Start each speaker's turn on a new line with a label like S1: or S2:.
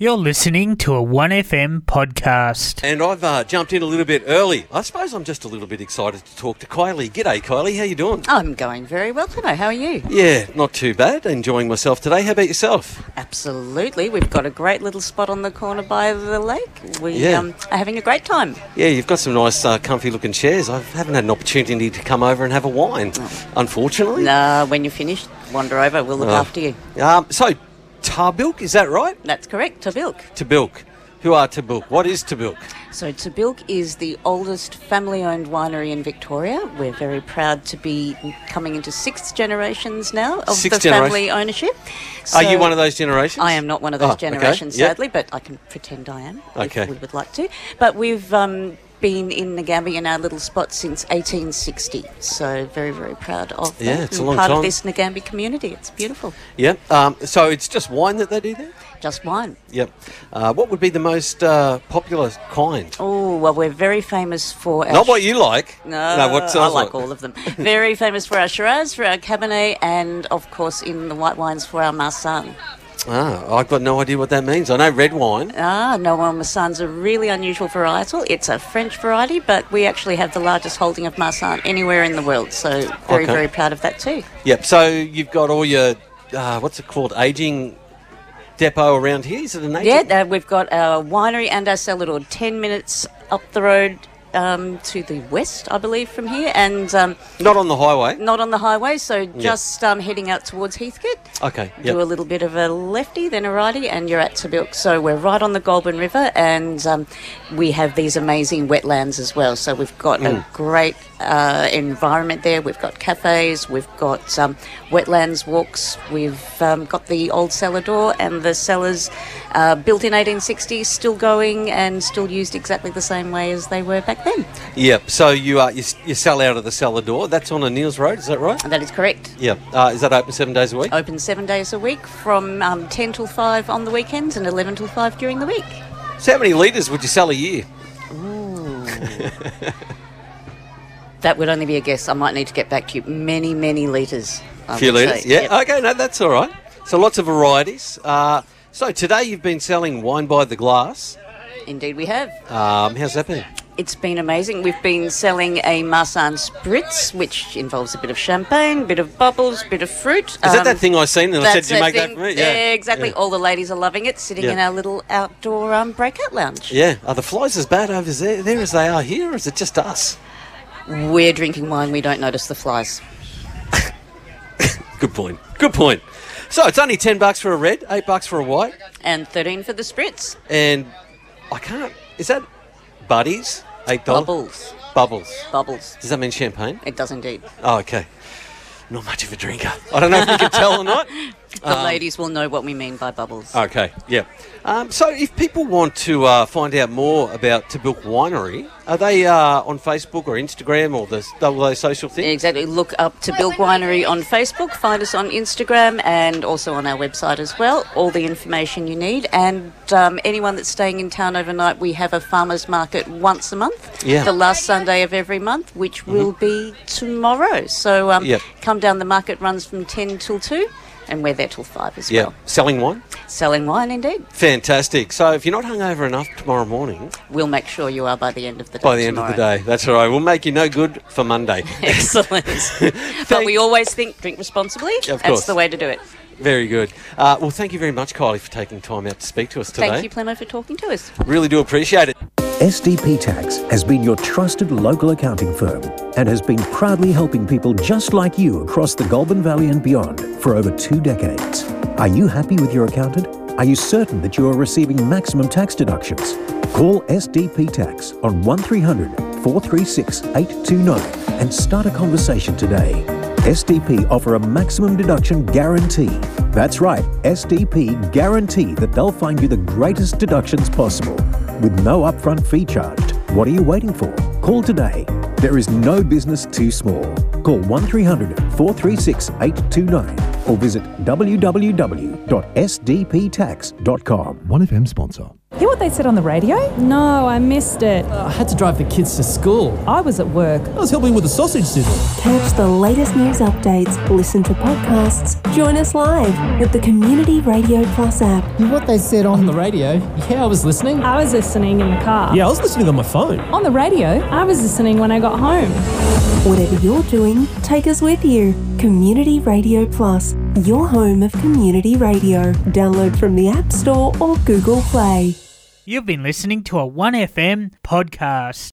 S1: You're listening to a 1FM podcast.
S2: And I've uh, jumped in a little bit early. I suppose I'm just a little bit excited to talk to Kylie. G'day, Kylie. How you doing?
S3: I'm going very well today. How are you?
S2: Yeah, not too bad. Enjoying myself today. How about yourself?
S3: Absolutely. We've got a great little spot on the corner by the lake. We
S2: Yeah.
S3: um, are having a great time.
S2: Yeah, you've got some nice, uh, comfy looking chairs. I haven't had an opportunity to come over and have a wine, unfortunately.
S3: Nah, when you're finished, wander over. We'll look
S2: Oh.
S3: after you.
S2: Um, so, Tarbilk, is that right?
S3: That's correct. Tabilk.
S2: Tabilk. Who are Tabilk? What is Tabilk?
S3: So Tabilk is the oldest family-owned winery in Victoria. We're very proud to be coming into six generations now of
S2: Six
S3: the
S2: genera-
S3: family ownership.
S2: Are you
S3: So-
S2: one of those generations?
S3: I am not one of those
S2: Oh, okay.
S3: generations,
S2: Yep.
S3: sadly, but I can pretend I am
S2: Okay.
S3: if we would like to. But we've um, been in Ngambia in our little spot since 1860, so very, very proud of that.
S2: Yeah, it's a
S3: and
S2: long
S3: part
S2: time.
S3: of this Ngambia community. It's beautiful.
S2: Yep. Um, so, it's just wine that they do there?
S3: Just wine.
S2: Yep. Uh, what would be the most uh, popular kind?
S3: Oh, well, we're very famous for our.
S2: Not what you like.
S3: No,
S2: what's
S3: I
S2: ours
S3: like all of them. Very famous for our Shiraz, for our Cabernet, and of course in the white wines for our Marsan.
S2: Ah, I've got no idea what that means. I know red wine.
S3: Ah, Noel Massan's a really unusual varietal. It's a French variety, but we actually have the largest holding of Massan anywhere in the world. So very,
S2: Okay.
S3: very proud of that too.
S2: Yep. So you've got all your uh, what's it called? Aging depot around here. Is it an aging?
S3: Yeah, uh, we've got our winery and our cellador 10 minutes up the road um, to the west, I believe, from here, and um,
S2: Not on the highway.
S3: not on the highway. So just um, heading out towards Heathcote.
S2: Okay.
S3: Do a
S2: Yep.
S3: little bit of a lefty, then a righty, and you're at Tabilk. So we're right on the Goulburn River, and um, we have these amazing wetlands as well. So we've got a great uh, environment there. We've got cafes, we've got um, wetlands walks, we've um, got the old cellar door and the cellars uh, built in 1860, still going and still used exactly the same way as they were back then.
S2: Yep. So you uh, you, s- you sell out of the cellar door. That's on a Neils Road. Is that right?
S3: And that is correct.
S2: Yep. Uh, is that open seven days a week?
S3: Open seven days a week from um, 10 till 5 on the weekends and 11 till 5 during the week.
S2: So how many litres would you sell a year?
S3: That would only be a guess. I might need to get back to you. Many, many litres. I
S2: A few
S3: would
S2: litres.
S3: say.
S2: Yeah.
S3: Yep.
S2: Okay. No, that's all right. So lots of varieties. Uh, so today you've been selling wine by the glass.
S3: Indeed, we have.
S2: Um, how's that been?
S3: It's been amazing. We've been selling a Marsan Spritz, which involves a bit of champagne, bit of bubbles, bit of fruit. Um,
S2: Is that that thing I seen and I said,
S3: That's
S2: "Do you
S3: that
S2: make that
S3: thing.
S2: for me?"
S3: exactly. All the ladies are loving it, sitting
S2: Yeah.
S3: in our little outdoor um, breakout lounge.
S2: Yeah, are the flies as bad over there, there as they are here, or is it just us?
S3: We're drinking wine, we don't notice the flies.
S2: Good point. Good point. So it's only ten bucks for a red, eight bucks for a white,
S3: And 13 for the Spritz.
S2: and I can't. Is that buddies? Eight dollars.
S3: Bubbles.
S2: Bubbles.
S3: Bubbles.
S2: Does that mean champagne?
S3: It does indeed.
S2: Oh, okay. Not much of a drinker. I don't know if you can tell or not.
S3: The
S2: Um,
S3: ladies will know what we mean by bubbles.
S2: Okay. Yeah. Um, so if people want to uh, find out more about Tabilk Winery, are they uh, on Facebook or Instagram or the, all those social things?
S3: Exactly. Look up to Bilk Winery on Facebook, find us on Instagram, and also on our website as well. All the information you need. And um, anyone that's staying in town overnight, we have a farmers market once a month,
S2: Yeah. Mm-hmm.
S3: the last Sunday of every month, which will be tomorrow. So um,
S2: Yep.
S3: come down. The market runs from 10 till 2, and we're there till 5 as
S2: Yeah.
S3: well.
S2: Selling wine.
S3: Selling wine, indeed.
S2: Fantastic. So if you're not hungover enough tomorrow morning,
S3: We'll make sure you are by the end of the day.
S2: by the end of the
S3: tomorrow.
S2: day, that's all right. We'll make you no good for Monday.
S3: Excellent. but we always think drink responsibly.
S2: Of course.
S3: That's the way to do it.
S2: very good. Uh, well, thank you very much, Kylie, for taking time out to speak to us today.
S3: Thank you, Plemo, for talking to us.
S2: Really do appreciate it.
S4: SDP Tax has been your trusted local accounting firm and has been proudly helping people just like you across the Goulburn Valley and beyond for over two decades. Are you happy with your accountant? Are you certain that you are receiving maximum tax deductions? Call SDP Tax on 1300 436 829 and start a conversation today. SDP offer a maximum deduction guarantee. That's right, SDP guarantee that they'll find you the greatest deductions possible with no upfront fee charged. What are you waiting for? Call today. There is no business too small. Call 1300 436 829 or visit www.sdptax.com.
S5: 1FM sponsor. Hear what they said on the radio?
S6: No, I missed it.
S7: I had to drive the kids to school.
S5: I was at work.
S7: I was helping with the sausage sizzle.
S8: Catch the latest news updates, listen to podcasts, join us live with the Community Radio Plus app.
S7: Hear what they said on the radio? Yeah, I was listening.
S6: I was listening in the car.
S7: Yeah, I was listening on my phone.
S5: On the radio?
S6: I was listening when I got home.
S8: Whatever you're doing, take us with you. Community Radio Plus, your home of community radio. Download from the App Store or Google Play.
S1: You've been listening to a 1FM podcast.